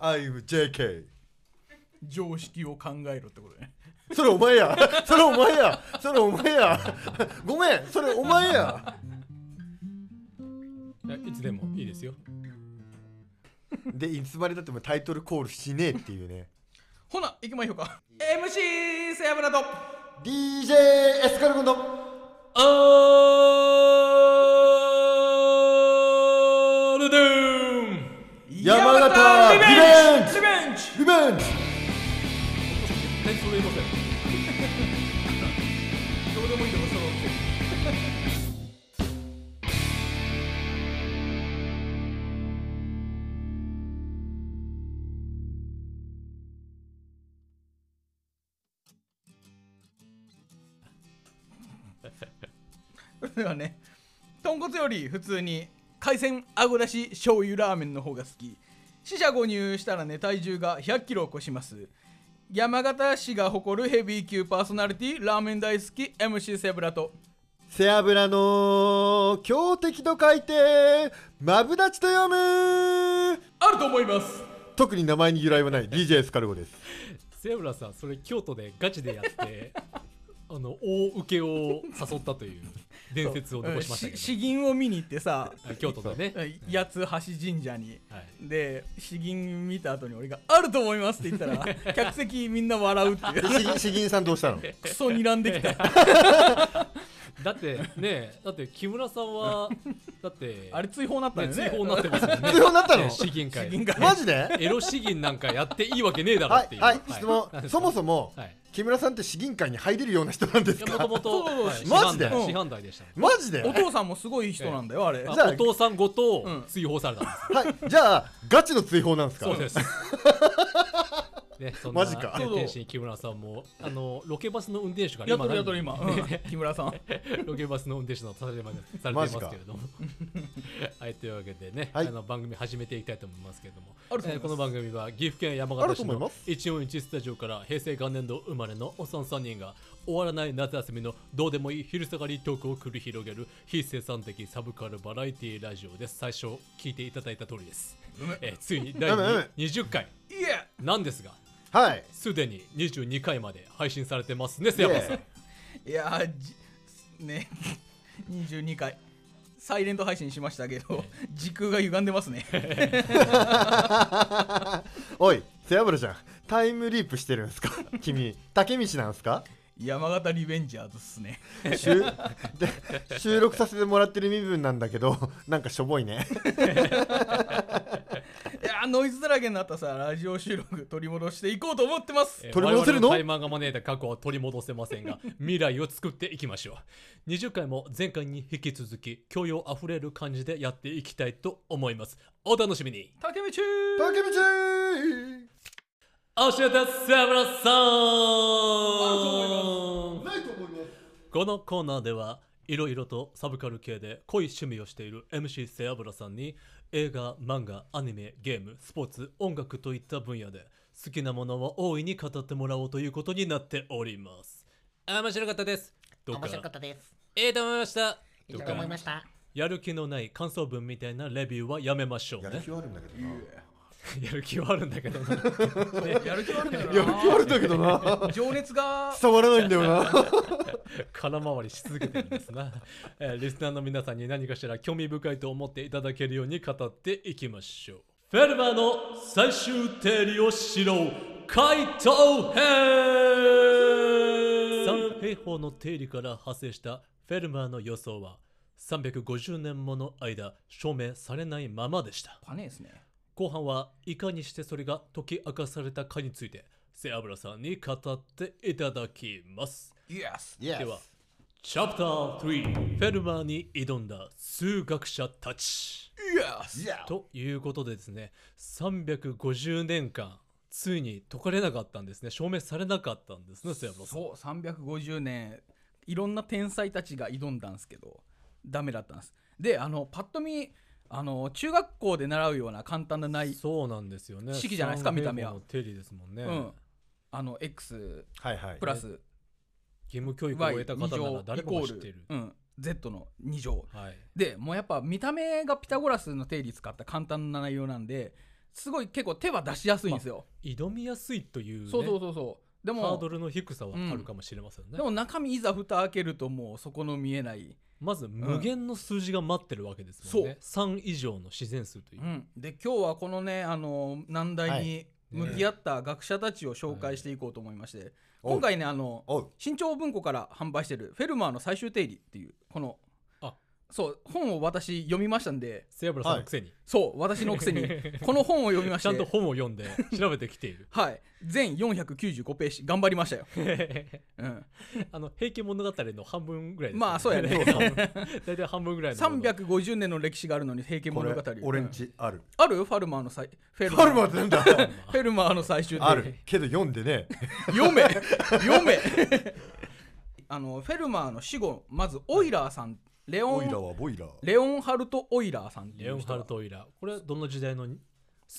I'm JK 常識を考えろってことねそれお前やそれお前やそれお前やごめんそれお前やいつでもいいですよでいつまでだってもタイトルコールしねえっていうねほな行きましょうか MC セヤブラと DJ エスカルゴンのあールドゥーン山形リベンジリベンジリベンジ何それませんどうでもいいとこ揃 ってそれではね豚骨より普通に海鮮あごだし醤油ラーメンの方が好き死者誤入したらね体重が1 0 0キロを超します山形市が誇るヘビー級パーソナリティラーメン大好き MC セブラと背脂の強敵と書いてマブダチと読むあると思います特に名前に由来はない DJ エスカルゴですセブラさんそれ京都でガチでやって あの大受けを誘ったという伝説を残しましたけ詩吟を見に行ってさ ど、はい京都でね、八つ橋神社にはい、で詩吟見た後に俺が「あると思います」って言った ら客席みんな笑うっていでう詩吟詩吟さんどう したのクソ睨んできた だってねだって木村さん はだってあれ追放なったねよね追放になってますもんね通報になったのね資金会詩吟会マジでエロ資銀なんかやっていいわけねえだろはっていいう。はい質問そもそもはい。木村さんって詩吟会に入れるような人なんですもとかもとそうマジで師範代でした。マジでお父さんもすごい人なんだよあれあじゃあお父さんごとうん追放されたんです。はいじゃあガチの追放なんですかそ うです。ね、そんなマジかね天心木村さんもあのロケバスの運転手がやっとるやっとる今今、何うん木村さん ロケバスの運転手のされてまされてますけれどもはいというわけでね、はいあの番組始めていきたいと思いますけれどもあると思いますえーこの番組は岐阜県山あると形市思いまのす141スタジオから平成元年度生まれのおっさん3人が終わらない夏休みのどうでもいい昼下がりトークを繰り広げる非生産的サブカルバラエティラジオです最初聞いていただいた通りです、えーついに第うむうむ20回いえなんですがはい すでに22回まで配信されてますね、瀬山さん。いやーじね 22回サイレント配信しましたけど時空が歪んでますねおい背脂ちゃんタイムリープしてるんですか君竹道なんですか山形リベンジャーズっすね収で収録させてもらってる身分なんだけどなんかしょぼいねいやーノイズだらけになったさラジオ収録取り戻していこうと思ってますえー取り戻せるの我々タイマーが招いた過去は取り戻せません が、未来を作っていきましょう。20回も前回に引き続き、教養あふれる感じでやっていきたいと思います。お楽しみに。竹道竹道教えて、セブラさんないと思いますこのコーナーではいろいろとサブカル系で濃い趣味をしている MC セアブラさんに映画、漫画、アニメ、ゲーム、スポーツ、音楽といった分野で好きなものは大いに語ってもらおうということになっております。面白かったです。とか面白かったです。ええと思いました。いといと思いかました。やる気のない感想文みたいなレビューはやめましょうやるね気。はあるんだけど やる気はあるんだけどな。やる気あるんだよなやる気はあるんだけどなな情熱が伝わらないんだよな空回りし続けてるんですな、 えーリスナーの皆さんに何かしら興味深いと思っていただけるように語っていきましょうフェルマーの最終定理を知ろう回答編三平方の定理から派生したフェルマーの予想は350年もの間証明されないままでしたパネですね後半はいかにしてそれが解き明かされたかについて背脂さんに語っていただきますイエスででは、チャプター3、フェルマーに挑んだ数学者たち。イエスということでですね、350年間、ついに解かれなかったんですね、証明されなかったんですね、セブラさん。そう350年いろんな天才たちが挑んだんですけどダメだったんですであのパッと見あの中学校で習うような簡単な内そうなんですよね。式じゃないですか三平見た目は方の定理ですもんね。うんあの X はいはいプラス義務教育を終 Y えた2方な乗ら誰イもコが知っていーるル、。うん、Z の2乗はい。でもうやっぱ見た目がピタゴラスの定理使った簡単な内容なんですごい結構手は出しやすいんですよ、挑みやすいという,、ね、そうそうそうそうでハードもルの低さはあるかもしれませんね、でも中身いざ蓋開けるともうそこの見えない、まず無限の数字が待ってるわけですもんね、3以上の自然数というう、ん、で今日はこのねあの難題に向き合った学者たちを紹介していこうと思いまして、おう今回ねあのおう新潮文庫から販売してる「フェルマーの最終定理」っていうこのあそう本を私読みましたんでセアブラさんのくせに、そう私のくせに この本を読みましちゃてんと本を読んで調べてきている はい全495ページ頑張りまし たよ、うん、あの平家物語の半分ぐらいです、まあそうやね そうそう大体半分ぐらいのものが350年の歴史があるのに平家こ物れ語俺んうんちあるあるファルマーの最フェファルマーってなんだフェルマーの最終定理あるけど読んでね読 め読め あのフェルマーの死後まずオイラーさんレオボイラーンはボイラーレオンハルト・オイラーさんっていレオうンハ人ルがト・オイラーこれはどの時代の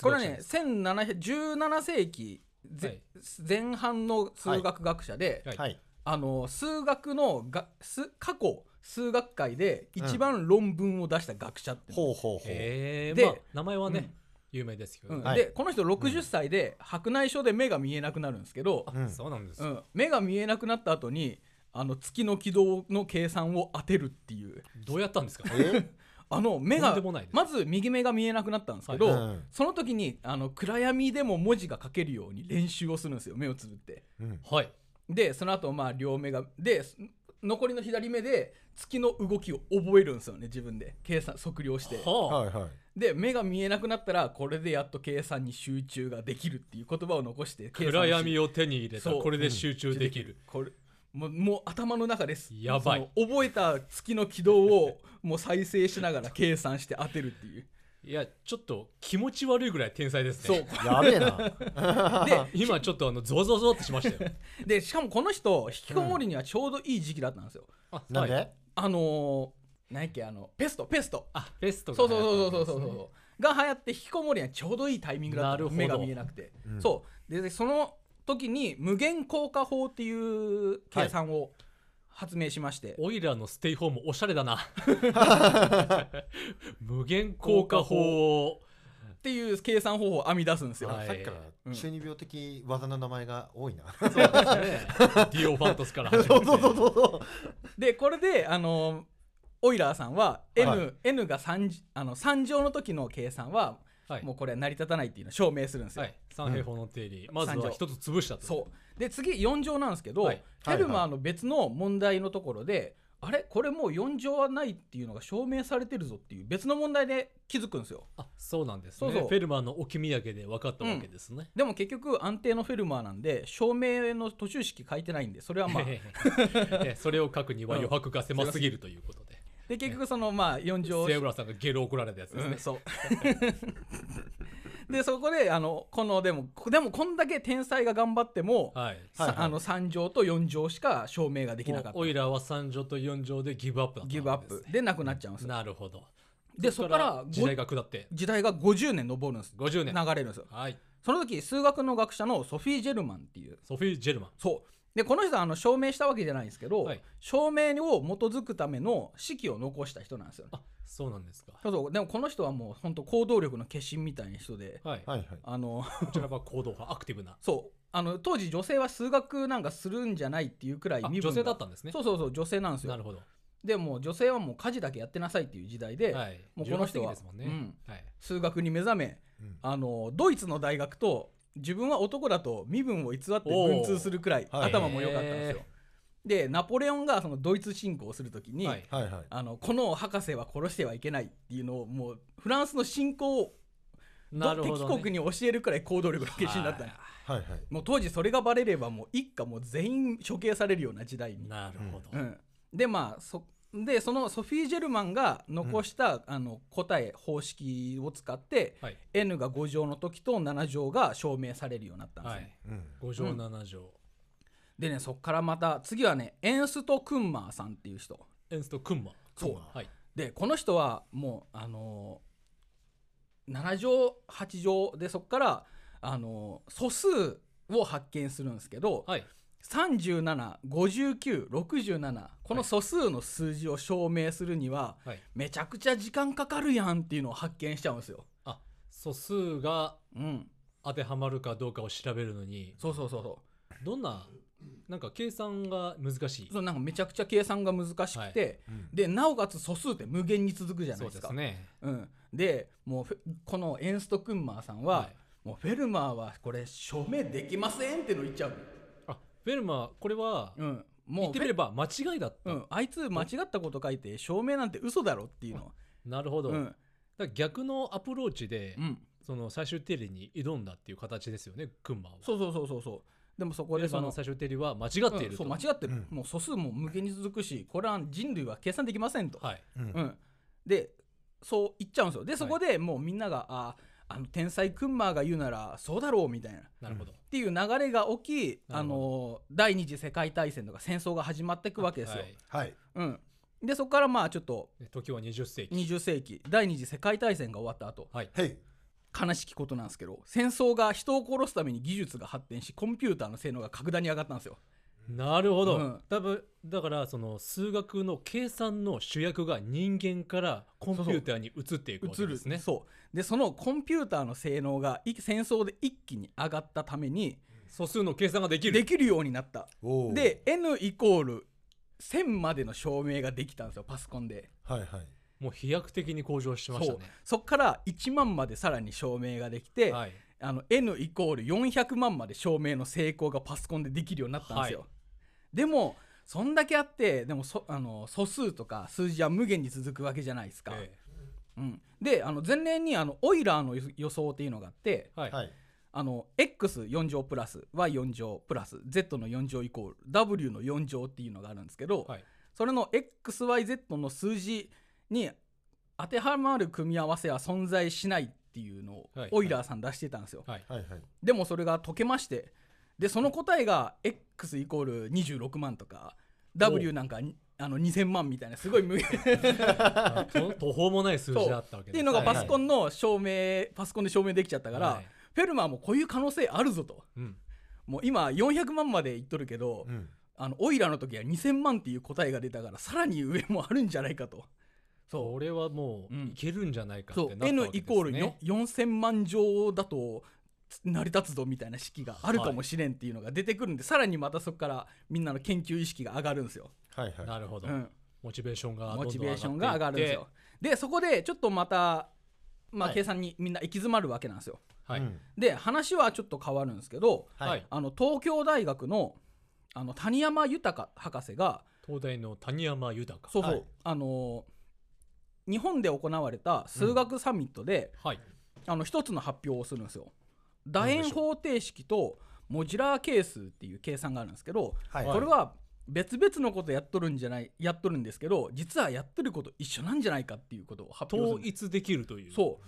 これはね1700 17世紀ぜ、はい前半の数学学者で、はいはいあの数学のがす過去数学界で一番論文を出した学者って、ほうほうほうえでまあ名前はね、うん有名ですけど、うんはいでこの人60歳で白内障で目が見えなくなるんですけど、うんそうなんです、うん、目が見えなくなった後にあの月の軌道の計算を当てるっていうどうやったんですかえあの目とんがでもないですまず右目が見えなくなったんですけど、はいうんその時にあの暗闇でも文字が書けるように練習をするんですよ目をつぶってうんはいでその後まあ両目がです残りの左目で月の動きを覚えるんですよね自分で計算測量してはあ、はいはいで目が見えなくなったらこれでやっと計算に集中ができるっていう言葉を残して計算し暗闇を手に入れたそうこれで集中できる、これもうもう頭の中ですやばいその覚えた月の軌道をもう再生しながら計算して当てるっていういやちょっと気持ち悪いぐらい天才ですそね うやべえなで今ちょっとあのゾワゾワゾワってしま したよでしかもこの人引きこもりにはちょうどいい時期だったんですよ、あなんはい、であのー、何やっけあのペストペストあベストそう流そう行そっうたそんうそですねうそうが流行って引きこもりにはちょうどいいタイミングだっなたるほど目が見えなくて、うんそうででその時に無限効果法っていう計算を発明しまして、オイラーのステイホームおしゃれだな無限効果法をっていう計算方法を編み出すんですよ、はいさっきかうんら中二病的技の名前が多いなねディオファントスから始めてでこれであのオイラーさんは N,、は N が 3, あの3乗の時の計算ははいもうこれは成り立たないっていうのを証明するんですよ、はい、三平方の定理、まずは一つ潰したとそうで次4乗なんですけど、はいヘルマーの別の問題のところで、あれこれもう4乗はないっていうのが証明されてるぞっていう別の問題で気づくんですよあそうなんですねそうそうフェルマーの置き土産で分かったわけですね、でも結局安定のフェルマーなんで証明の途中式書いてないんでそれはまあ ねそれを書くには余白が狭すぎるということで、で結局そのまあ4乗セイブラさんがゲロ怒られたやつですね、そう。 でそこであのこのでもでもこんだけ天才が頑張っても、はいさはいはいあの3乗と4乗しか証明ができなかっオイたラーは3乗と4乗でギブアップだったわけギブアップでなくなっちゃうんですよなるほどでそこから時代が下って時代が50年上るんです50流年れるんですよはいその時数学の学者のソフィー・ジェルマンっていうソフィー・ジェルマンそうでこの人はあの証明したわけじゃないんですけど、はい証明を基づくための式を残した人なんですよねあそうなんですかそうそうでもこの人はもう本当行動力の化身みたいな人ではい、はいはいあの こちらは行動派アクティブなそうあの当時女性は数学なんかするんじゃないっていうくらいあ身分が女性だったんですねそうそうそう女性なんですなよるほどでもう女性はもう家事だけやってなさいっていう時代で、はいもうこの人18世紀はですもんね、うんはい数学に目覚めうんあのドイツの大学と自分は男だと身分を偽っておー文通するくらいはい頭も良かったんですよへでナポレオンがそのドイツ侵攻をするときに、はいはいはいあのこの博士は殺してはいけないっていうのをもうフランスの侵攻をなるほど、ね、敵国に教えるくらい行動力の決心だったんですあはいはいもう当時それがバレればもう一家もう全員処刑されるような時代ーに、なるほうど、ん、でまあそでそのソフィー・ジェルマンが残した、あの答え方式を使ってはい N が5乗の時と7乗が証明されるようになったんですはね、いうん5乗7乗、でねそっからまた次はねエンスト・クンマーさんっていう人エンストクンマそうはいでこの人はもうあのー7乗8乗でそっからあのー素数を発見するんですけど、はい375967この素数の数字を証明するにははいめちゃくちゃ時間かかるやんっていうのを発見しちゃうんですよ。素数がうん当てはまるかどうかを調べるのにそうそうそうそどんななんか計算が難しいうそうなんかめちゃくちゃ計算が難しくて、はいでなおかつ素数って無限に続くじゃないそうですでかすねうん、でもうフェこのエンスト・クンマーさんは、はいもうフェルマーはこれ署名できませんっての言っちゃう、あフェルマーこれはうん、もう言ってみれば間違いだっフェたうん、あいつ間違ったこと書いて証明なんて嘘だろっていうのなるほどうだんから逆のアプローチでうん、その最終定理に挑んだっていう形ですよねクンマーはそうそうそうそうそうでもそこフェでルそマーのの最終定理は間違っていうんるそうと間違ってる、もう素数も無限に続くしこれは人類は計算できませんと、はいうん、でそう言っちゃうんですよでそこでもうみんなが、ああの天才クンマーが言うならそうだろうみたいななるほどっていう流れが起き、なあるほの第二次世界大戦とか戦争が始まっていくわけですよ。ははいいうん、でそこからまあちょっとで時は20世紀20世紀第二次世界大戦が終わった後はいはい悲しきことなんですけど戦争が人を殺すために技術が発展しコンピューターの性能が格段に上がったんですよ。なるほど、うん多分だからその数学の計算の主役が人間からコンピューターに移っていくわけですねそうでそのコンピューターの性能がい戦争で一気に上がったために素数の計算ができるできるようになった。おーで N イコール1000までの証明ができたんですよパソコンで。はいはいもう飛躍的に向上しましそたうねそっから1万までさらに証明ができて、はいあの N イコール400万まで証明の成功がパソコンでできるようになったんですよ、はでもそんだけあってでもそあの素数とか数字は無限に続くわけじゃないですか、えうん、であの前年にあのオイラーの予予想っていうのがあってえはい、はいあの x4 乗プラス y4 乗プラス z の4乗イコール w の4乗っていうのがあるんですけど、はいそれの XYZ の数字に当てはまる組み合わせは存在しないっていうのをはいオイラーさん出してたんですよ、はいはいはいでもそれが解けましてでその答えが X イコール26万とか W なんかにあの2000万みたいなすごい無限あと 途方もない数字だったわってけでいうすのがバパソコンの証明、パソコンで証明できちゃったから、はいフェルマーもこういう可能性あるぞとうん、もう今400万までいっとるけど、うんあのオイラーの時は2000万っていう答えが出たからさらに上もあるんじゃないかとそれはもううんいけるんじゃないかってそなっうたわけです、ね N イコールよ4000万乗だとつ成り立つぞみたいな式があるかもしれんっていうのが出てくるんで、さらにまたそこからみんなの研究意識が上がるんですよ、はいはいなるほど、うん、モチベーションがどんどモんチベーションが上がるんいっですてよでそこでちょっとまた、まあ、はい計算にみんな行き詰まるわけなんですよ、はい、うんで話はちょっと変わるんですけどはいあの東京大学のあの谷山豊博士が東大の谷山豊そうそう、はいあの日本で行われた数学サミットで、はいあの一つの発表をするんですよ。楕何でしょう円方程式とモジュラー係数っていう計算があるんですけど、はいこれは別々のことやっとるんじゃないやっとるんですけど実はやってること一緒なんじゃないかっていうことを発表す統るんで一できるというすそう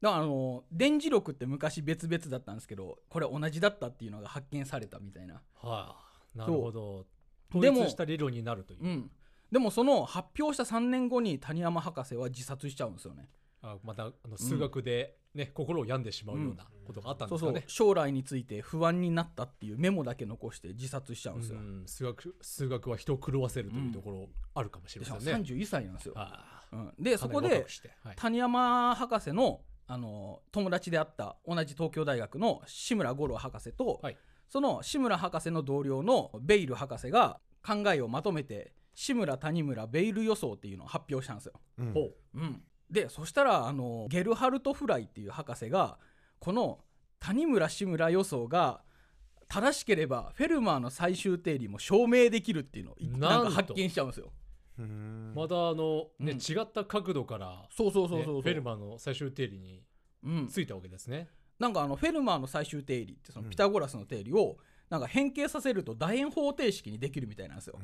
だからあの電磁力って昔別々だったんですけどこれ同じだったっていうのが発見されたみたいな、はい、なるほどそう統でも一した理論になるといううん、でもその発表した3年後に谷山博士は自殺しちゃうんですよねあまたあの数学で、ね心を病んでしまうようなことがあったんそでうすそかうね。将来について不安になったっていうメモだけ残して自殺しちゃうんですよ、うん数学数学は人を狂わせるというところあるかもしれでましかもせんね。 31歳なんですよ、あうん、であそこかなりで若くしてはい谷山博士のあの友達であった同じ東京大学の志村五郎博士と、はいその志村博士の同僚のベイル博士が考えをまとめて志村谷村ベイル予想っていうのを発表したんですよ、うんほううん、でそしたらあのゲルハルト・フライっていう博士がこの谷村志村予想が正しければフェルマーの最終定理も証明できるっていうのをなんなとんか発見しちゃうんですようーんまだあの、ねうん違った角度から、そうそうねそうそうそうフェルマーの最終定理にうん、ついたわけですね。なんかあのフェルマーの最終定理ってそのうんピタゴラスの定理をなんか変形させると楕円方程式にできるみたいなんですよ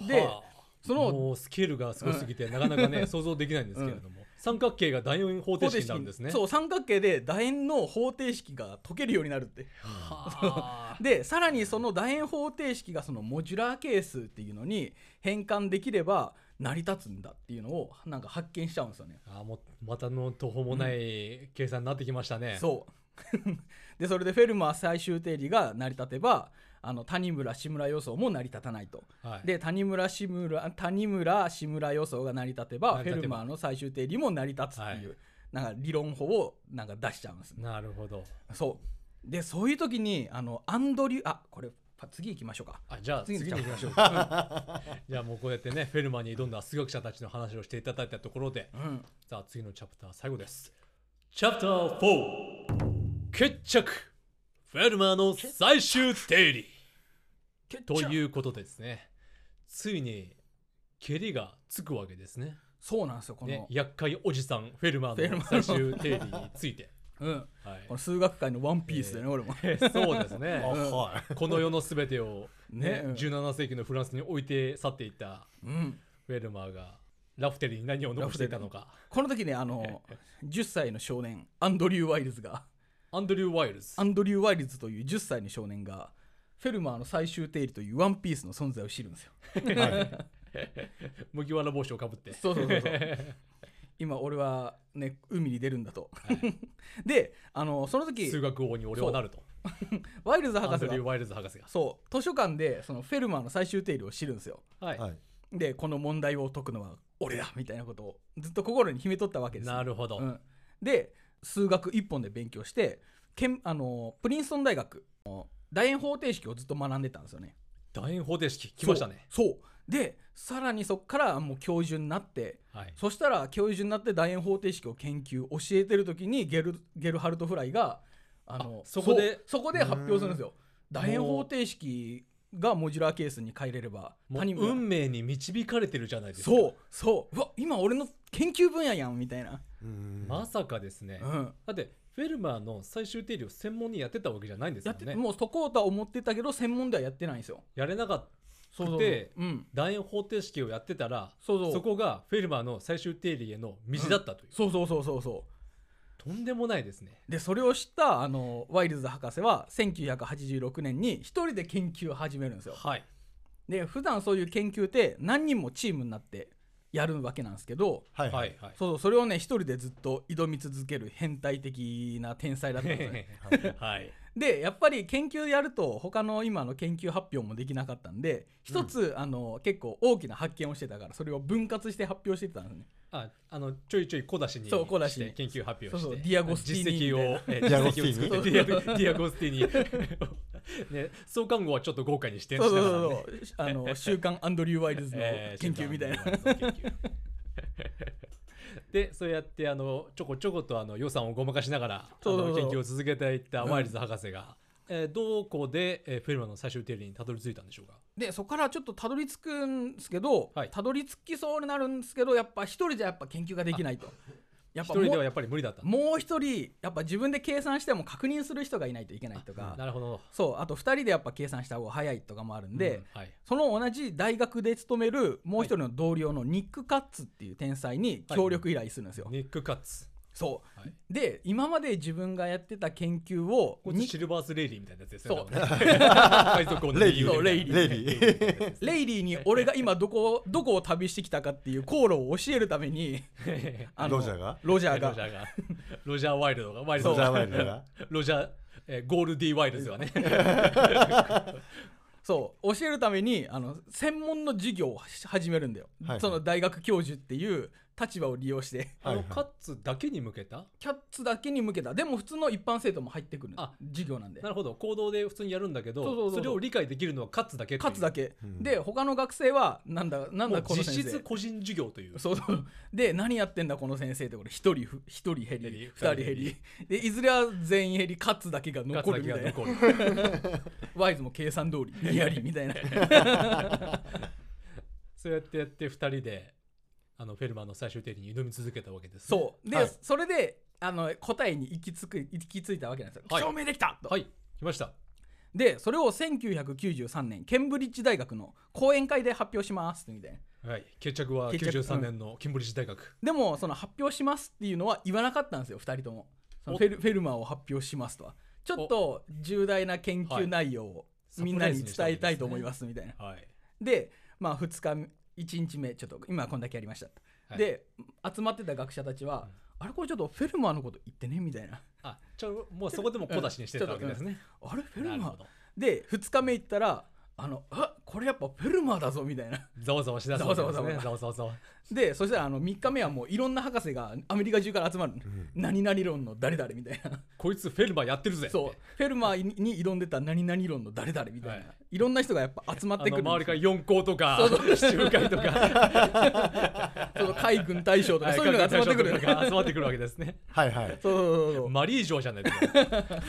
う。んではあそのもうスケールがすごすぎて、なかなかね 想像できないんですけれども、三角形が楕円方方程式になるんですね。そう三角形で楕円の方程式が解けるようになるって。 はあでさらにその楕円方程式がそのモジュラー係数っていうのに変換できれば成り立つんだっていうのをなんか発見しちゃうんですよね。ああもうまたの途方もない計算になってきましたね。そう でそれでフェルマー最終定理が成り立てばあの谷村志村予想も成り立たないと。はい、で谷村志村谷村志村予想が成り立てば成フェり立ルてばマーの最終定理も成り立つっていう、なんか理論法をなんか出しちゃうんですねなるほどそうでそういう時にあのアンドリューあこれパ次行きましょうかあじゃあ次次にに行きましょう じゃあもうこうやってねフェルマーに挑んだ数学者たちの話をしていただいたところでうんさあ次のチャプター最後ですチャプター4決着フェルマーの最終定理とういうことですねついに蹴りがつくわけですねそうなんですよこの,、ね厄介おじさんフェルマーフェルのマー最の終定理について、うん、はいこの数学界のワンピースだよね、俺もそうですね あはいこの世の全てを、ねねうん17世紀のフランスに置いて去っていったうんフェルマーがラフテリーに何を残していたのかこの時ねあの10歳の少年アンドリュー・ワイルズがアンドリュー・ワイルズアンドリュー・ワイルズという10歳の少年がフェルマーの最終定理というワンピースの存在を知るんですよ麦わら帽子をかぶってそうそうそうそう 今俺はね海に出るんだと、 であのその時数学王に俺はなるとワイルズア博ンド士リュー・がワイルズ博士がそう図書館でそのフェルマーの最終定理を知るんですよはい、はいでこの問題を解くのは俺だみたいなことをずっと心に秘めとったわけですよなるほど、うん、で数学一本で勉強してけんあのプリンストン大学の楕円方程式をずっと学んでたんですよね楕円方程式来ましたねそうそうでさらにそっからもう教授になってはいそしたら教授になって楕円方程式を研究教えてる時にゲルゲルハルト・フライがあのあそこでうそこで発表するんですよ楕円方程式がモジュラーケースに変えれればもう他人も運命に導かれてるじゃないですかそうそううわ今俺の研究分野やんみたいな、うんまさかですね、うん、だってフェルマーの最終定理を専門にやってたわけじゃないんですやよって、ねもうそこうとは思ってたけど専門ではやってないんですよやれなかったそうそうそうでうん楕円方程式をやってたらそうそうそこがフェルマーの最終定理への道だったという、そうそうそうそうそとんでもないですねうでそれを知ったあのワイルズ博士は1986年に一人で研究を始めるんですよはいで普段そういう研究って何人もチームになってやるわけなんですけどはいははいいはいそうそうそれをね一人でずっと挑み続ける変態的な天才だったんですね はいでやっぱり研究やると他の今の研究発表もできなかったんで一つ、あの結構大きな発見をしてたからそれを分割して発表してたんですねああのちょいちょい小出しにそう小出しにして研究発表してそうそうディアゴスティーニ実績をデえィア ゴス実ティ績を作ーってニディアディアゴス ティーニね創刊号はちょっと豪華にしてそうそうしそながらねうそうあの 週刊アンドリュー・ワイルズのえー研究みたいな、新刊の研究でそうやってあのちょこちょことあの予算をごまかしながらそうそうそうあの研究を続けていったワイルズ博士が、えーどこで、えーフェルマーの最終定理にたどり着いたんでしょうかでそこからちょっとたどり着くんですけど、はいたどり着きそうになるんですけどやっぱ一人じゃやっぱ研究ができないとやっ一ぱも人ではうやっぱり無理だったもう一人やっぱ自分で計算しても確認する人がいないといけないとかなるほど、そうあと二人でやっぱ計算した方が早いとかもあるんで、うんはい、その同じ大学で勤めるもう一人の同僚のニック・カッツっていう天才に協力依頼するんですよ、ニック・カッツそうはいで今まで自分がやってた研究をこいつシルバース・レイリーみたいなやつですねそう多分ね海賊王の右腕そうレイリーレイレイリーに俺が今どこ をどこを旅してきたかっていう航路を教えるためにあのロジャーがロジャーロジがャーがロジャー・ワイルドがワイルロドジャーがワイルドがロジャー、えーゴールディ・ワイルズはねそう教えるためにあの専門の授業を始めるんだよ、はいはいその大学教授っていう立場を利用してあはいのはいカッツだけに向けたキャッツだけに向けたでも普通の一般生徒も入ってくるあ授業なんでなるほど行動で普通にやるんだけどそそうそうそうれを理解できるのはカッツだけっていうカッツだけ、うんで他の学生はなんだなんもだうこの実先質生個人授業というそうそうで何やってんだこの先生ってこれ一人ふ一人減減りり二人減二人減りでいずれは全員減りカッツだけがカッ残ツだるけみがたいな残るワイズも計算通りニヤリみたいなそうやってやって二人であのフェルマーの最終定理に挑み続けたわけです、ね、そうで、はいそれであの答えに行き着く行き着いたわけなんですよ、はい証明できたと、はい来ましたでそれを1993年ケンブリッジ大学の講演会で発表しますみたいなはい決着は決着93年のキンブリッジ大学でもその発表しますっていうのは言わなかったんですよ2人ともそのフェルフェルマーを発表しますとはちょっと重大な研究内容をみんなに伝えたいと思いますみたいなはいでまあ2日目1日目ちょっと今こんだけやりましたと、はいで集まってた学者たちは、あれこれちょっとフェルマーのこと言ってねみたいなあちょもうそこでも小出しにしてたわけですね、あれフェルなるマーほどで2日目行ったらあのあこれやっぱフェルマーだぞみたいなざわざわしだすわけですねざわざわざわざわざわざわでそしたらあの3日目はもういろんな博士がアメリカ中から集まる、何々論の誰々みたいなこいつフェルマーやってるぜそうフェルマーにに挑んでた何々論の誰々みたいな、はいい、ろんな人がやっぱ集まっあてくのるんですよ周りから4校とかそう地中海とかその海軍大将とか そういうのが集まってくる はい各大将とかが集まってくるわけですねはいはいそうそうそうそうマリー城じゃないですか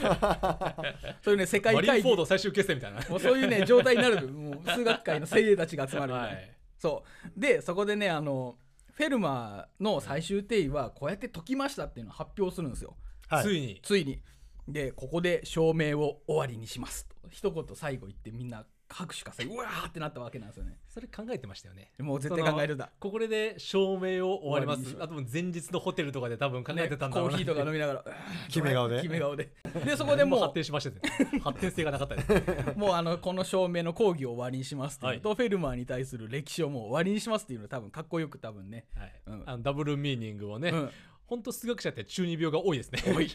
そういうね世界マリー会フォー議ド最終決戦みたいなもうそういうね状態になるもう数学界の精鋭たちが集まるみたいな、はいそうでそこでねあのフェルマーの最終定位はこうやって解きましたっていうのを発表するんですよはいついについにでここで証明を終わりにしますと一言最後言ってみんな拍手かさうわーってなったわけなんですよねそれ考えてましたよねもう絶対考えるだここで証明を終わりま終わりすにしようあともう前日のホテルとかで多分考えてたんだねろコうなーヒーとか飲みなが ら決め顔で決め顔ででそこでもうも発展しましたね発展性がなかったですうもうあのこの証明の講義を終わりにしますっていうのと、フェルマーに対する歴史をもう終わりにしますっていうのを多分かっこよく多分ね、はいうんあのダブルミーニングをね、うんほんと数学者って中二病が多いですね。多い。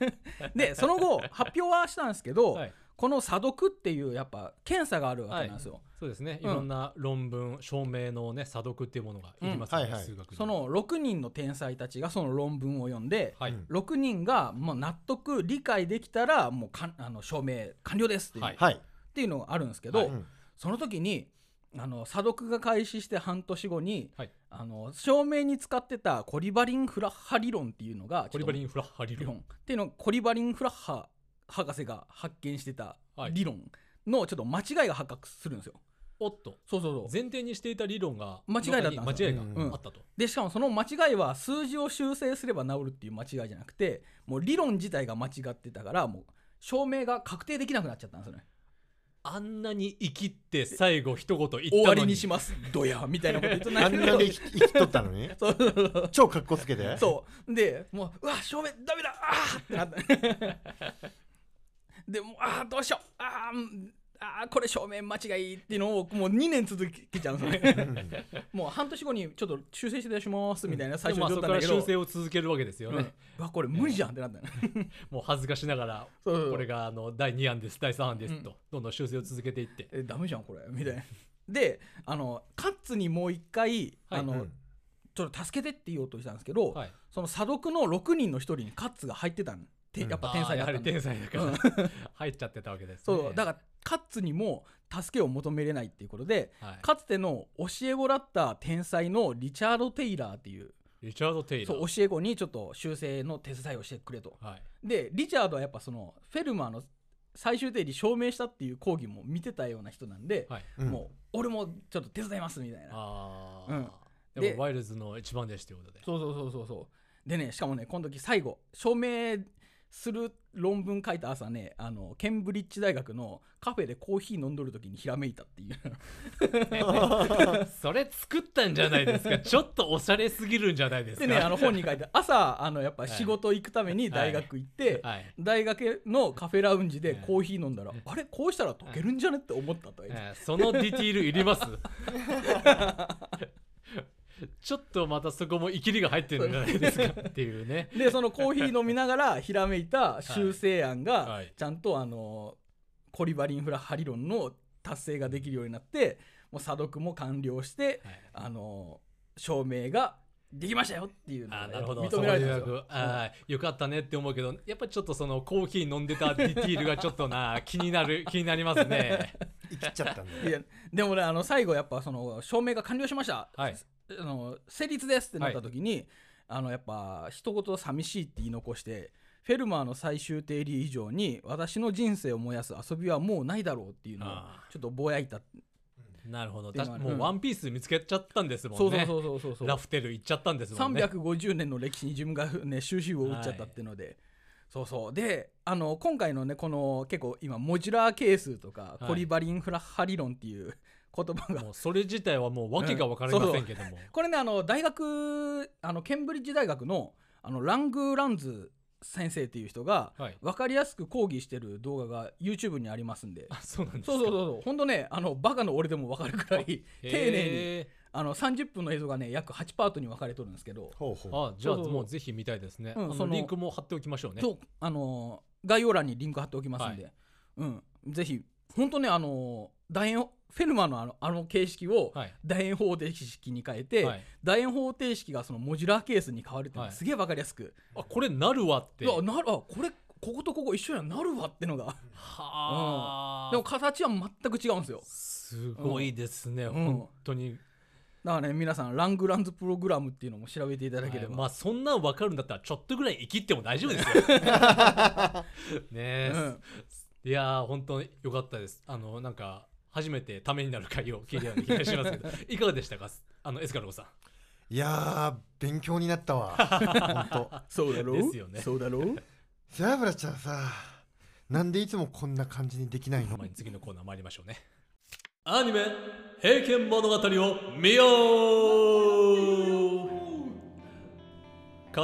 でその後発表はしたんですけど、はいこの査読っていうやっぱ検査があるわけなんですよ、そうですね。いうんろんな論文、証明のね、査読っていうものがいりますうんねはいはい数学にそ、の6人の天才たちがその論文を読んで、はい。うん6人がもう納得理解できたらもうかんあの証明完了ですっていう,、はいはいっていうのがあるんですけど、うんその時にあの査読が開始して半年後に、はいあの証明に使ってたコリバリン・フラッハ理論っていうのがコリバリンン・フラッハ理理論っ論。ていうのをコリバリン・フラッハ博士が発見してたはい理論のちょっと間違いが発覚するんですよ。おっと。そうそうそう前提にしていた理論が間違いだったんですよ間違いがうんあったと。でしかもその間違いは数字を修正すれば治るっていう間違いじゃなくてもう理論自体が間違ってたからもう証明が確定できなくなっちゃったんですよねあんなに生きって最後一言言ったのに。終わりにしますドヤみたいなこと言ってあないんけなどに生き生きとったのに そうそうそう超かっこつけてそうでもううわ証明ダメだあーってなった でもうあーどうしようあーうんあーこれ証明間違いっていうのをもう2年続けちゃうんですよね もう半年後にちょっと修正してしますみたいな最最初に言初そったこかんだらけど修正を続けるわけですようんね。うわこれ無理じゃんってなったねもう恥ずかしながら、そうそうそうこれがあの第2案です、第3案ですと、どんどん修正を続けていって。えダメじゃんこれみたいなであのカッツにもう一回、はいあのうんちょっと助けてって言おうとしたんですけど、はい。その査読の6人の1人にカッツが入ってたんてうんやっぱ天才だあったーやはりんで、天才だから、 入っちゃってたわけです、ね。そうだからカッツにも助けを求めれないっていうことでら、はい、かつての教え子だった天才のリチャード・テイラーっていうリチャード・テイラー。そう教え子にちょっと修正の手伝いをしてくれとはい。でリチャードはやっぱそのフェルマーの最終定理証明したっていう講義も見てたような人なんで、はい。うんもう俺もちょっと手伝いますみたいなあうあ。んででも、ワイルズの一番弟子ということで。そうそうそうそうそうでねしかもねこの時最後証明する論文書いた朝ねあのケンブリッジ大学のカフェでコーヒー飲んどる時にひらめいたっていう それ作ったんじゃないですか。ちょっとおしゃれすぎるんじゃないですか。でねあの本に書いて朝あのやっぱはい仕事行くために大学行って、はい。大学のカフェラウンジではいコーヒー飲んだら、あれこうしたら溶けるんじゃねって思ったとか言って、えー そのディティールいります ちょっとまたそこもイキリが入ってるんじゃないですかってい うね。でそのコーヒー飲みながらひらめいた修正案はいはがいちゃんとあのコリバリンフラハ理論の達成ができるようになってもう査読も完了してはいあの証明ができましたよっていうのあがーなるほど認められたんですそういうよ役。あーよかったねって思うけどやっぱりちょっとそのコーヒー飲んでたディティールがちょっ とな気になる気になりますね生きちゃったんだいやでもねあの最後やっぱその証明が完了しました、はいあの成立ですってなった時に、あのやっぱ一言寂しいって言い残してフェルマーの最終定理以上に私の人生を燃やす遊びはもうないだろうっていうのをあちょっとぼやいたなるほどでも確かうんもうワンピース見つけちゃったんですもんねそうそうそうそうそうそうラフテル行っちゃったんですもんね350年の歴史に自分がね収集を打っちゃったっていうので、そうそうであの今回のねこの結構今モジュラー係数とか、はいコリバリンフラッハ理論っていう言葉がもうそれ自体はもう訳が分かりませんけども、これねあの大学あのケンブリッジ大学のあのラング・ランズ先生っていう人がはい分かりやすく講義してる動画が YouTube にありますんであそうなんですかそうそうそうそうほんとねあのバカの俺でも分かるくらい 丁寧にへあの30分の映像がね約8パートに分かれとるんですけど、ほうほうーあじゃあそうそうそうもうぜひ見たいですね、うんあのそのリンクも貼っておきましょうねそうあのー概要欄にリンク貼っておきますんで、うん、ぜひ本当ねあのー楕円フェルマーのあのあの形式をはい楕円方程式に変えて、はい楕円方程式がそのモジュラーケースに変わるっていうのはがいすげえわかりやすく、あこれなるわっていやなるあこれこことここ一緒やなるわってのがはあ、でも形は全く違うんですよすごいですね、ん本当にだからね皆さんラングランズプログラムっていうのも調べていただければ、はいまあそんなん分かるんだったらちょっとぐらい生きっても大丈夫ですよ ねえ、うんいやー本当に良かったですあのなんか初めてためになる回を聞いたような気がします けどいかがでしたかあのエスカルゴさんいやー勉強になったわ ほんとそうだろうですよねそうだろう背脂ちゃんさなんでいつもこんな感じにできないの前に次のコーナー参りましょうねアニメ「平家物語」を見よう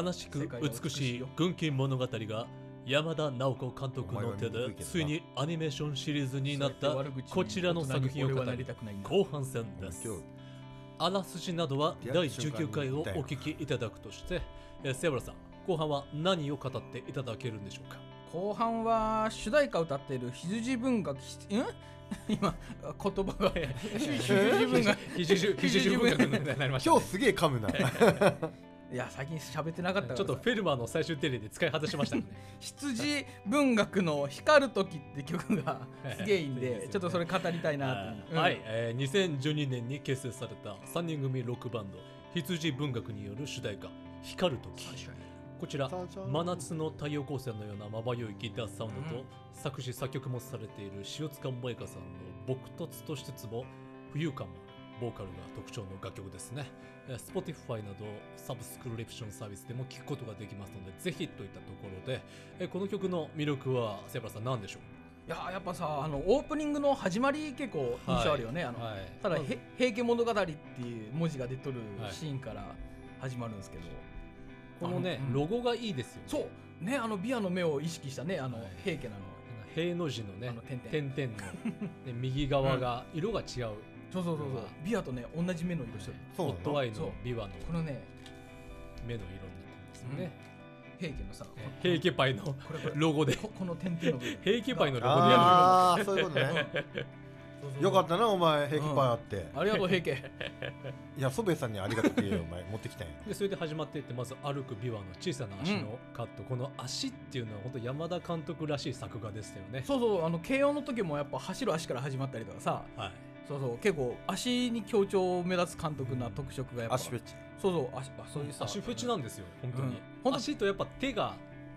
悲しく美しい軍記物語が山田直子監督の手でついにアニメーションシリーズになったこちらの作品を語り後半戦ですあらすじなどは第19回をお聞きいただくとしてえーセブラさん後半は何を語っていただけるんでしょうか後半は主題歌を歌っている羊文学ひん 今言葉 が羊文学ひじじひじじ文学になりましたね今日すげえ噛むな いや最近喋ってなかったからちょっとフェルマーの最終定理で使い果たしましたね。羊文学の「光る時」って曲 がはいすげえいいんでそうですよねちょっとそれ語りたい なはと、い、はいえー2012年に結成された3人組ロックバンド羊文学による主題歌「光る時」こちら真夏の太陽光線のようなまばゆいギターサウンドと、うん作詞作曲もされている塩塚萌香さんの朴突としつつも浮遊感もボーカルが特徴の楽曲ですねえー Spotify などサブスクリプションサービスでも聴くことができますのでぜひといったところでえーこの曲の魅力はセブラさん何でしょういややっぱさあのオープニングの始まり結構印象あるよね、あのはい、ただ、まあへ「平家物語」っていう文字が出とるはいシーンから始まるんですけど、このねあのうんロゴがいいですよねそうねあのビアの目を意識したねあの、はい平家なの平の字のねあの点々点々ので右側が色が違う、そうそうそうそうビアとね同じ目の色してるそうホなットのワインそうのビワのこのね目の色になってますよね、平家のさえ平家パイの これこれロゴでここの点々の部分平家パイのロゴでやああそういうこと ねそうそうそうよかったなお前平気パイあって、ありがとう平家いや祖兵衛さんにありがとうって言えよお前持ってきたんやるでそれで始まっていってまず歩くビワの小さな足のカット、この足っていうのは本当山田監督らしい作画でしたよねそうそうあの慶応の時もやっぱ走る足から始まったりとかさはいそうそう結構足に強調を目立つ監督な特色がやっぱ足フそェうチそう足あそういうさ足フェチなんですよ本当に、うん本当足とやっぱ手が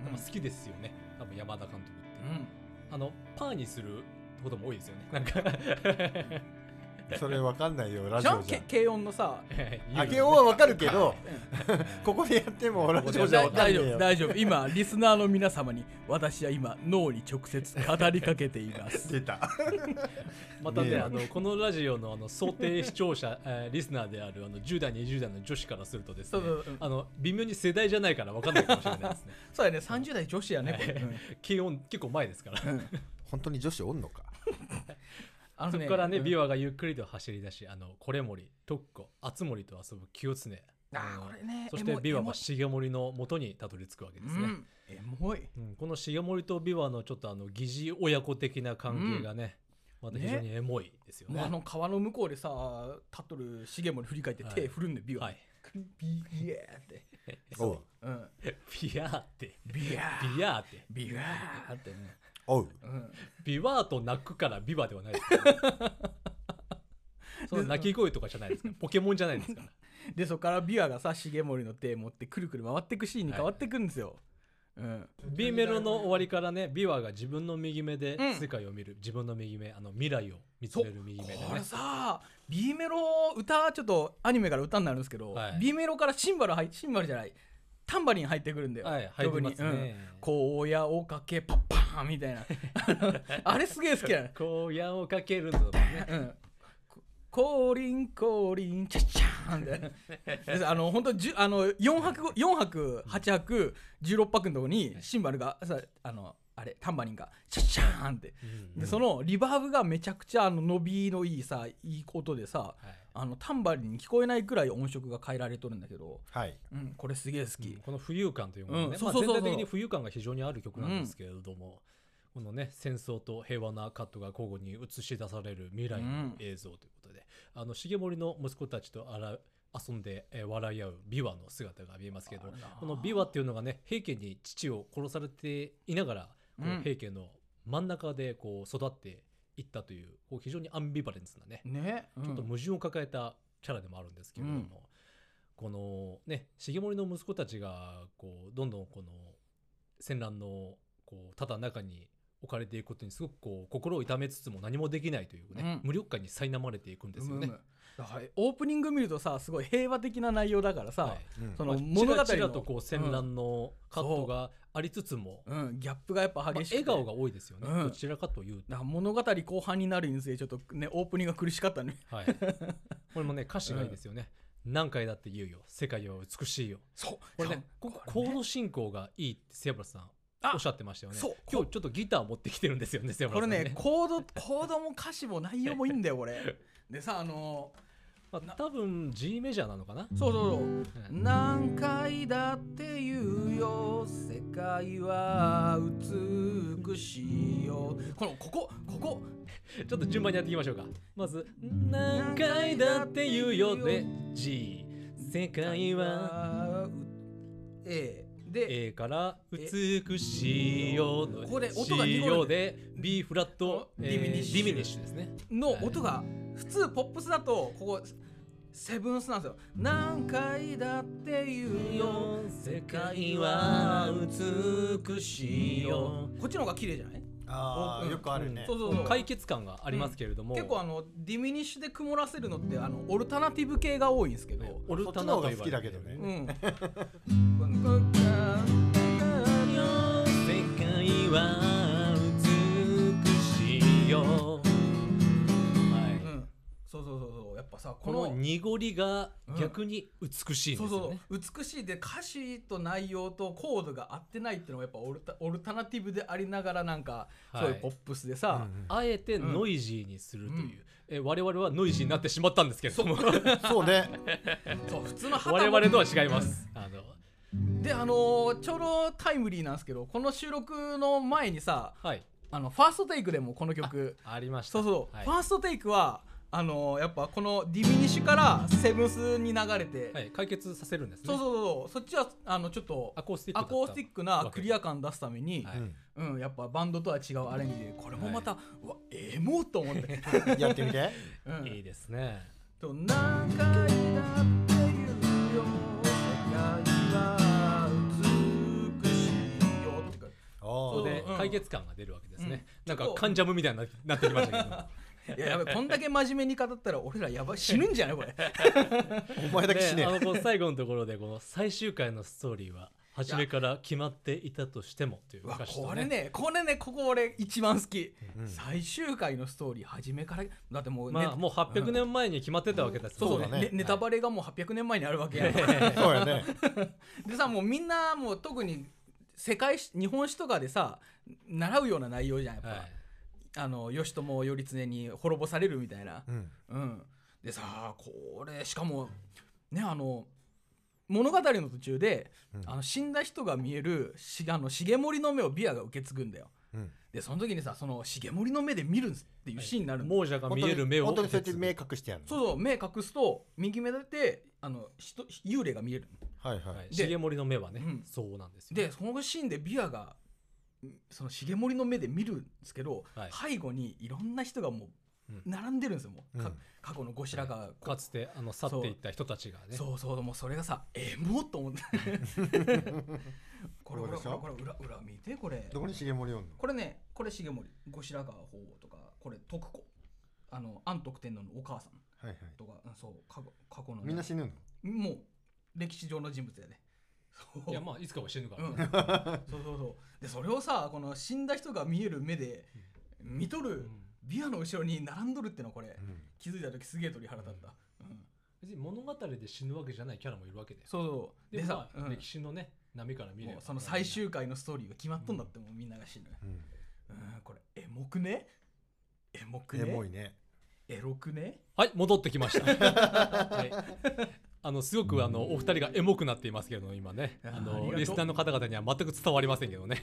うやっんぱ好きですよね、多分山田監督って、うんあのパーにすることも多いですよねなんかそれわかんないよラじジゃオんじゃけ軽音のさん明けおはわかるけどここでやってもラ ここジでやオっじゃ大わかんねえよ大丈夫大丈夫今リスナーの皆様に私は今脳に直接語りかけてい ます出たまたねねえあのこのラジオのあの想定視聴者、 えーリスナーであるあの10代20代の女子からするとですそねうそううんあの微妙に世代じゃないから分かんないかもしれないですね そうやね30代女子やねこれはいうん気温結構前ですから本当に女子おんのかあのそこからねうん琵琶がゆっくりと走り出しあのこれ森特子厚森と遊ぶ清常あーこれねそしてエモい琵琶エモはい重森の元にたどり着くわけですね、うんエモいうんこの重森と琵琶のちょっとあの疑似親子的な関係がね、また非常にエモいですよねもうあの川の向こうでさ立っとる重盛振り返ってはい手振るんでビワはい ビエーっておううんビアーってビヤービアーってビワーってね、おううん、ビワーと泣くからビワでは ないですからね、その泣き声とかじゃない ですからポケモンじゃないですからでそこからビワがさ重盛の手持ってくるくる回ってくシーンに変わってくんですよ、うん、 B メロの終わりからねビワが自分の右目でうん世界を見る、自分の右目あの未来を見つめる右目でねこれさ B メロ歌ちょっとアニメから歌になるんですけど、はい B メロからシンバル入シンバルじゃないタンバリン入ってくるんだよ、はい入ってます曲にね、荒野をかけパッパーンみたいなあれすげえ好きやね荒野をかけるのだねうんコーリンコーリンチャッチャーンでであの本当じゅあの4泊ご4泊8泊16泊のとこにシンバルがさあのあれタンバリンがチャッチャーンってうんでそのリバーブがめちゃくちゃあの伸びのいいさいいことでさはいあのタンバリンに聞こえないくらい音色が変えられとるんだけど、はいうん、これすげえ好き、この浮遊感というものね、うんまあ、そうそう全そうそう体的に浮遊感が非常にある曲なんですけれども、このね戦争と平和なカットが交互に映し出される未来の映像ということで、あの重盛の息子たちとあら遊んで、えー笑い合う琵琶の姿が見えますけどこの琵琶っていうのがね平家に父を殺されていながらこうんう平家の真ん中でこう育っていったというこう非常にアンビバレンスなねね、ちょっとうん矛盾を抱えたキャラでもあるんですけれども、うんこのね重盛の息子たちがこうどんどんこの戦乱のこうただ中に置かれていくことにすごくこう心を痛めつつも何もできないというね、うん無力感に苛まれていくんですよね。うんうんだからオープニング見るとさすごい平和的な内容だからさ、はういんそまのあ物語のちらちらとこう戦乱のカットがありつつも、うん、ギャップがやっぱまあ激しく笑て、顔が多いですよね、うんどちらかというとだから物語後半になるにつれちょっとねオープニングが苦しかったね はい、これもね歌詞がいいですよね、何回だって言うよ世界は美しいよ そうこれねこコード進行がいいってセブラさんあおっしゃってましたよねそう今日ちょっとギター持ってきてるんですよねセブラこされんねね コードコードも歌詞も内容もいいんだよこれでさあのまあ、多分 G メジャーなのかな、そうそうそううん何回だって言うよ世界は美しいよこのここここちょっと順番にやっていきましょうかまず「何回だって言うよ」で G「世界はう A で A から美しいよ」のこれ音が濁る C よで B フラット、ディミニッシュディミニッシュですねの音が普通ポップスだとここセブンスなんですよ何回だって言うよ世界は美しいよこっちの方が綺麗じゃないあうんあよくあるね、そうそうそう解決感がありますけれども、結構あのディミニッシュで曇らせるのってあのオルタナティブ系が多いんですけど、オルタナと言われてるそっちの方が好きだけどね うん。世界は美しいよ、はいうんそうそうそうそうやっぱさここのの濁りが逆に美しいんそでうすよね、そうそう美しいで歌詞と内容とコードが合ってないっていうのがやっぱオルタオルタナティブでありながらなんか、はいそういうポップスでさ、うんあえてノイジーにするという、うんえ我々はノイジーになってしまったんですけれど も我そうねそう普通の旗も々とは違いますあのであのーちょうどタイムリーなんですけどこの収録の前にさはいあのファーストテイクでもこの曲ありましたそうそう、はいファーストテイクはあのーやっぱこのディミニッシュからセブンスに流れて、はい解決させるんですねそうそうそうそうそっちはあのちょっとアコースティッアクだったコースティックなクリア感出すために、はういんうん、やっぱバンドとは違うアレンジでこれもまた、うわエモと思 って、やってみてういいん、ですねと何回だって言うよ世界は美しいよってかおここーでうん解決感が出るわけですね、うんなんかカンジャムみたいにななってきましたけどもいややべこんだけ真面目に語ったら俺らやばい死ぬんじゃない これお前だけ死ねであのこう最後のところでこの最終回のストーリーは初めから決まっていたとしてもといううわ歌詞ことれねねこれねここ俺一番好き、うん最終回のストーリー初めからだってもうね、まあもう800年前に決まってたわけだし、そうそうそうだねねネタバレがもう800年前にあるわけや んそうやね でさもうみんなもう特に世界史日本史とかでさ習うような内容じゃんやっぱ、はいあの義朝頼常に滅ぼされるみたいなう、んうん、でさこれしかもねあの物語の途中で、うんあの死んだ人が見えるしあの重盛の目をビアが受け継ぐんだようんでその時にさその重盛の目で見るっていうシーンになるんだよ亡者が見える目を本当にそうやって目隠してやるのそうそう目隠すと右目だってあの人幽霊が見えるはいはい、はい、で重盛の目はね、うんそうなんですよでそのシーンでビアがんその重盛の目で見るんですけど、はい背後にいろんな人がもううん並んでるんですよもう、かうん過去の後白河、こかつてあの去っていった人たちがねそうそうもうそれがさエモっ と思ってどこれこうれでしょうこれ裏裏見てこれどこに重盛おんのこれねこれ重盛後白河法皇とかこれ徳子あの安徳天皇のお母さんはいはいとかうんそう過去過去のね、みんな死ぬのもう歴史上の人物やねそういやまあいつかは死ぬから、うん、そうそうそうでそれをさこの死んだ人が見える目で見とうるんビアの後ろに並んどるってのこれうん気づいた時すげえ鳥肌立った、うん、別に物語で死ぬわけじゃないキャラもいるわけでそうそうででさうさ、、ん歴史のね波から見れもばうその最終回のストーリーが決まっとんだってもうみんなが死ぬ、うんうん、これエモくねエモくねエモいねエロくねはい戻ってきました、はい、あのすごくあのお二人がエモくなっていますけれども今ねあーあありがのとうリスナーの方々には全く伝わりませんけどね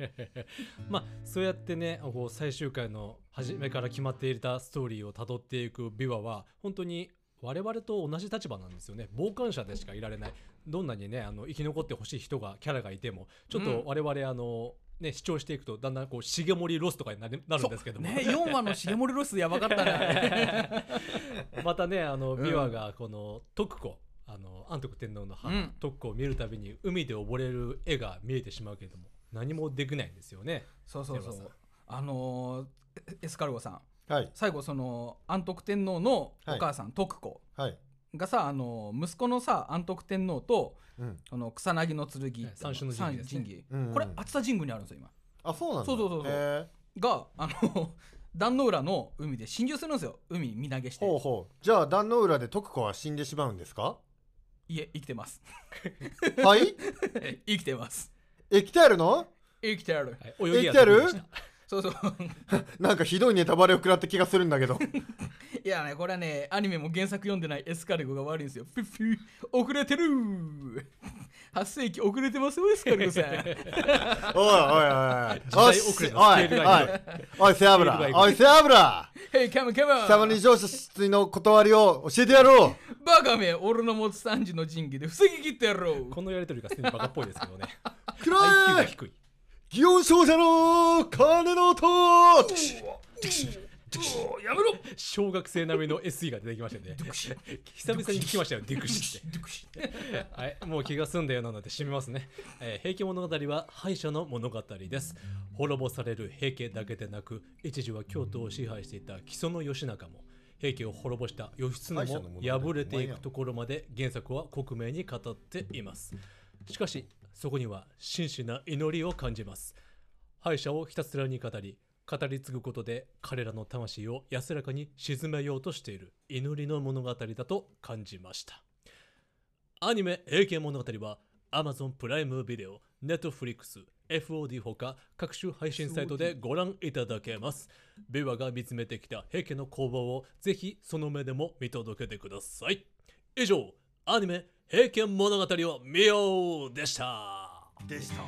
まあそうやってねこう最終回の初めから決まっていたストーリーをたどっていくビワは本当に我々と同じ立場なんですよね傍観者でしかいられないどんなにねあの生き残ってほしい人がキャラがいてもちょっと我々あの、ね、主張していくとだんだんこう重盛ロスとかになるなるんですけども、ね4話の重盛ロスやばかったね またねあのうんビワがこの徳子あの安徳天皇の 母、うん徳子を見るたびに海で溺れる絵が見えてしまうけれども何もできないんですよね。そうそうそではうさあのーエエスカルゴさんはい最後その安徳天皇のお母さん、徳子はい、がさあの息子のさ安徳天皇とうんこの草薙の剣っていうの三種の神器ですね三神器うんうんこれ熱田神宮にあるんですよ今あそうなんだそうそうそうそへうーがあの壇の浦の海で侵入するんですよ海身投げしてほうほうじゃあ壇の浦で徳子は死んでしまうんですかいえ生きてますはい 生きてますえきてあるの生きてあるはい、泳生ぎやきてる得意でしたそう そうなんかひどいネタバレを食らった気がするんだけどいやねこれはねアニメも原作読んでないエスカルゴが悪いんですよピュッピュッ遅れ てる8世紀遅れてますよエスカル ゴさんおいおいおいおい時代遅れのおスいケールがおいおい背脂スケールがおい背脂 Hey come on come 貴 on 様に乗車室の断りを教えてやろうバカめ俺の持つ三時の神器で防ぎ切ってやろうこのやりとりがすでにバカっぽいですけどねく IQ らがえ低い祇園少女の鐘の音やめろ小学生並みの SE が出てきましたね 久々に聞きましたよディク シって はい、もう気が済んだようなので締めますね、えー平家物語は敗者の物語です滅ぼされる平家だけでなく一時は京都を支配していた木曽の義仲も平家を滅ぼした義経敗者のも物語破れていくところまで原作は克明に語っていますしかしそこには真摯な祈りを感じます敗者をひたすらに語り語り継ぐことで彼らの魂を安らかに沈めようとしている祈りの物語だと感じましたアニメ「平家物語」は Amazon プライムビデオ、Netflix、FOD ほか各種配信サイトでご覧いただけます。ビワが見つめてきた平家の工房をぜひその目でも見届けてください。以上、アニメ「平家物語を見よう」でした。でした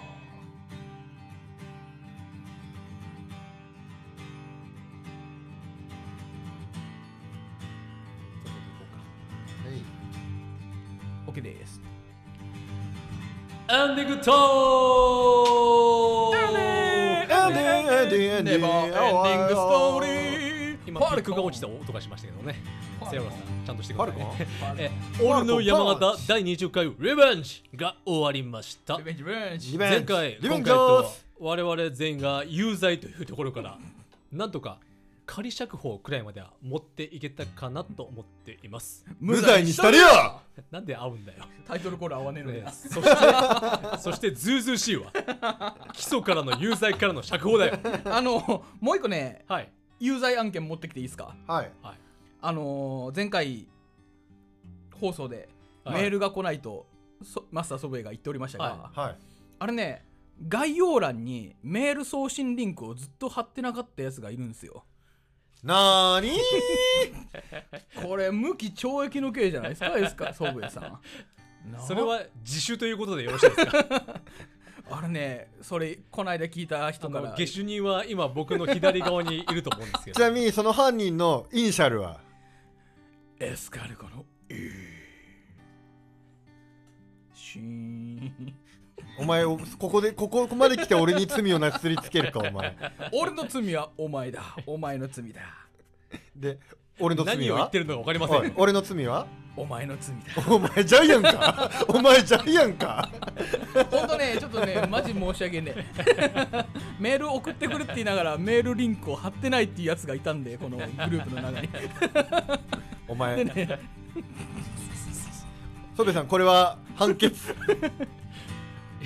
オッケーですエンディングトークエンディングエンディングエンディングネバーエンディングストーリー今、パパルルククがが落落ちちたた音がしましたけどね。セオラさん、ちゃんとしてくパだルさいコね。リえー、俺の山形第20回リベンジが終わりましたリ。ベンジリベンジリベンジ前回、リ今ベン回ジャーとズ我々全員が有罪というところから、なんとか仮釈放くらいまでは持っていけたかなと思っています。無罪にしたりよゃなんで会うんだよ。タイトルコール合わねえのねでそして、そしてズーズーしいわ。基礎からの有罪からの釈放だよ。あのもう一個ねはい。有罪案件持ってきていいですかはいはい。あのー前回放送ではいメールが来ないとそマスターソブエが言っておりましたがははいあれね概要欄にメール送信リンクをずっと貼ってなかったやつがいるんですよなーにこれ無期懲役の刑じゃないですかエス カソブエさんなあそれは自首ということでよろしいですかあれねそれこないだ聞いたあ人かのら下手人は今僕の左側にいると思うんですけちなどみにその犯人のイニシャルはエスカルゴの E シーンお前をここでここまで来て俺に罪をなすりつけるかお前俺の罪はお前だお前の罪だで俺の罪何を言はってるのか分かりませおいん俺の罪はお前の罪だお前ジャイアンかお前ジャイアンかほんとねちょっとねマジ申し訳ねえ メール送ってくるって言いながらメールリンクを貼ってないっていうやつがいたんでこのグループの中にお前ソベさんこれは判決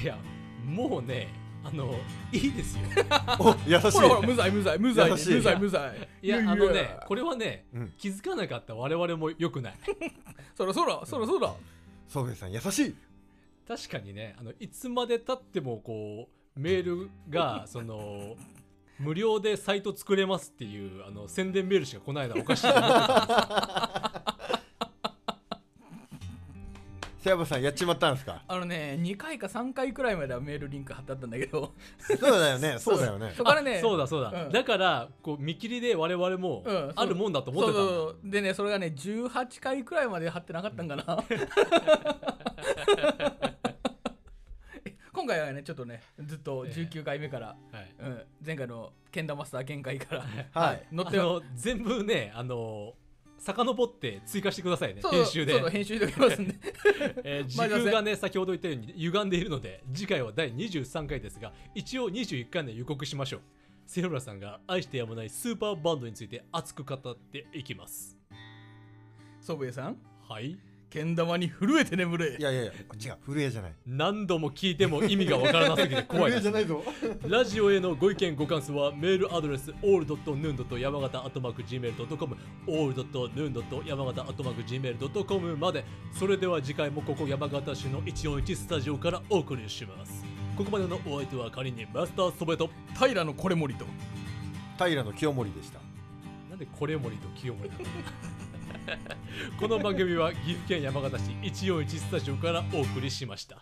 いやもうねあのいいですよお優しいほらほら無罪無罪無罪優しい無罪無罪いやあのねこれはね、うん気づかなかった我々も良くないそらそらそらそらソベさん優しい確かにねあのいつまでたってもこうメールがその無料でサイト作れますっていうあの宣伝メールしかこないだおかしいと思ってたんですよ背山さんやっちまったんですかあのね2回か3回くらいまではメールリンク貼ってあったんだけどそうだよ ねそうだよねそこからねあそうだそうだ、うんだからこう見切りで我々もうんあるもんだと思ってたんだ、そうそうでねそれがね18回くらいまで貼ってなかったんか な今回はねちょっとねずっと19回目から、はいうん、前回のけん玉マスター限界からはい乗っあてはの全部ねあの遡って追加してくださいねそうそう編集でそうそう編集でおきますんでえ ー時前田先空がね先ほど言ったように歪んでいるので次回は第23回ですが一応21回で予告しましょうセロラさんが愛してやまないスーパーバンドについて熱く語っていきます 祖父江さんはいけん玉に震えて眠れいやいやいや違う震えじゃない何度も聞いても意味がわからなすぎて怖いですないぞラジオへのご意見ご感想はメールアドレス all.noon. 山形 atmarkgmail.com all.noon. 山形 atmarkgmail.com までそれでは次回もここ山形市の141スタジオからお送りしますここまでのお相手は仮にマスターソベト平のこれ森と平の清盛でしたなんでこれ森と清盛なのこの番組は岐阜県山形市141スタジオからお送りしました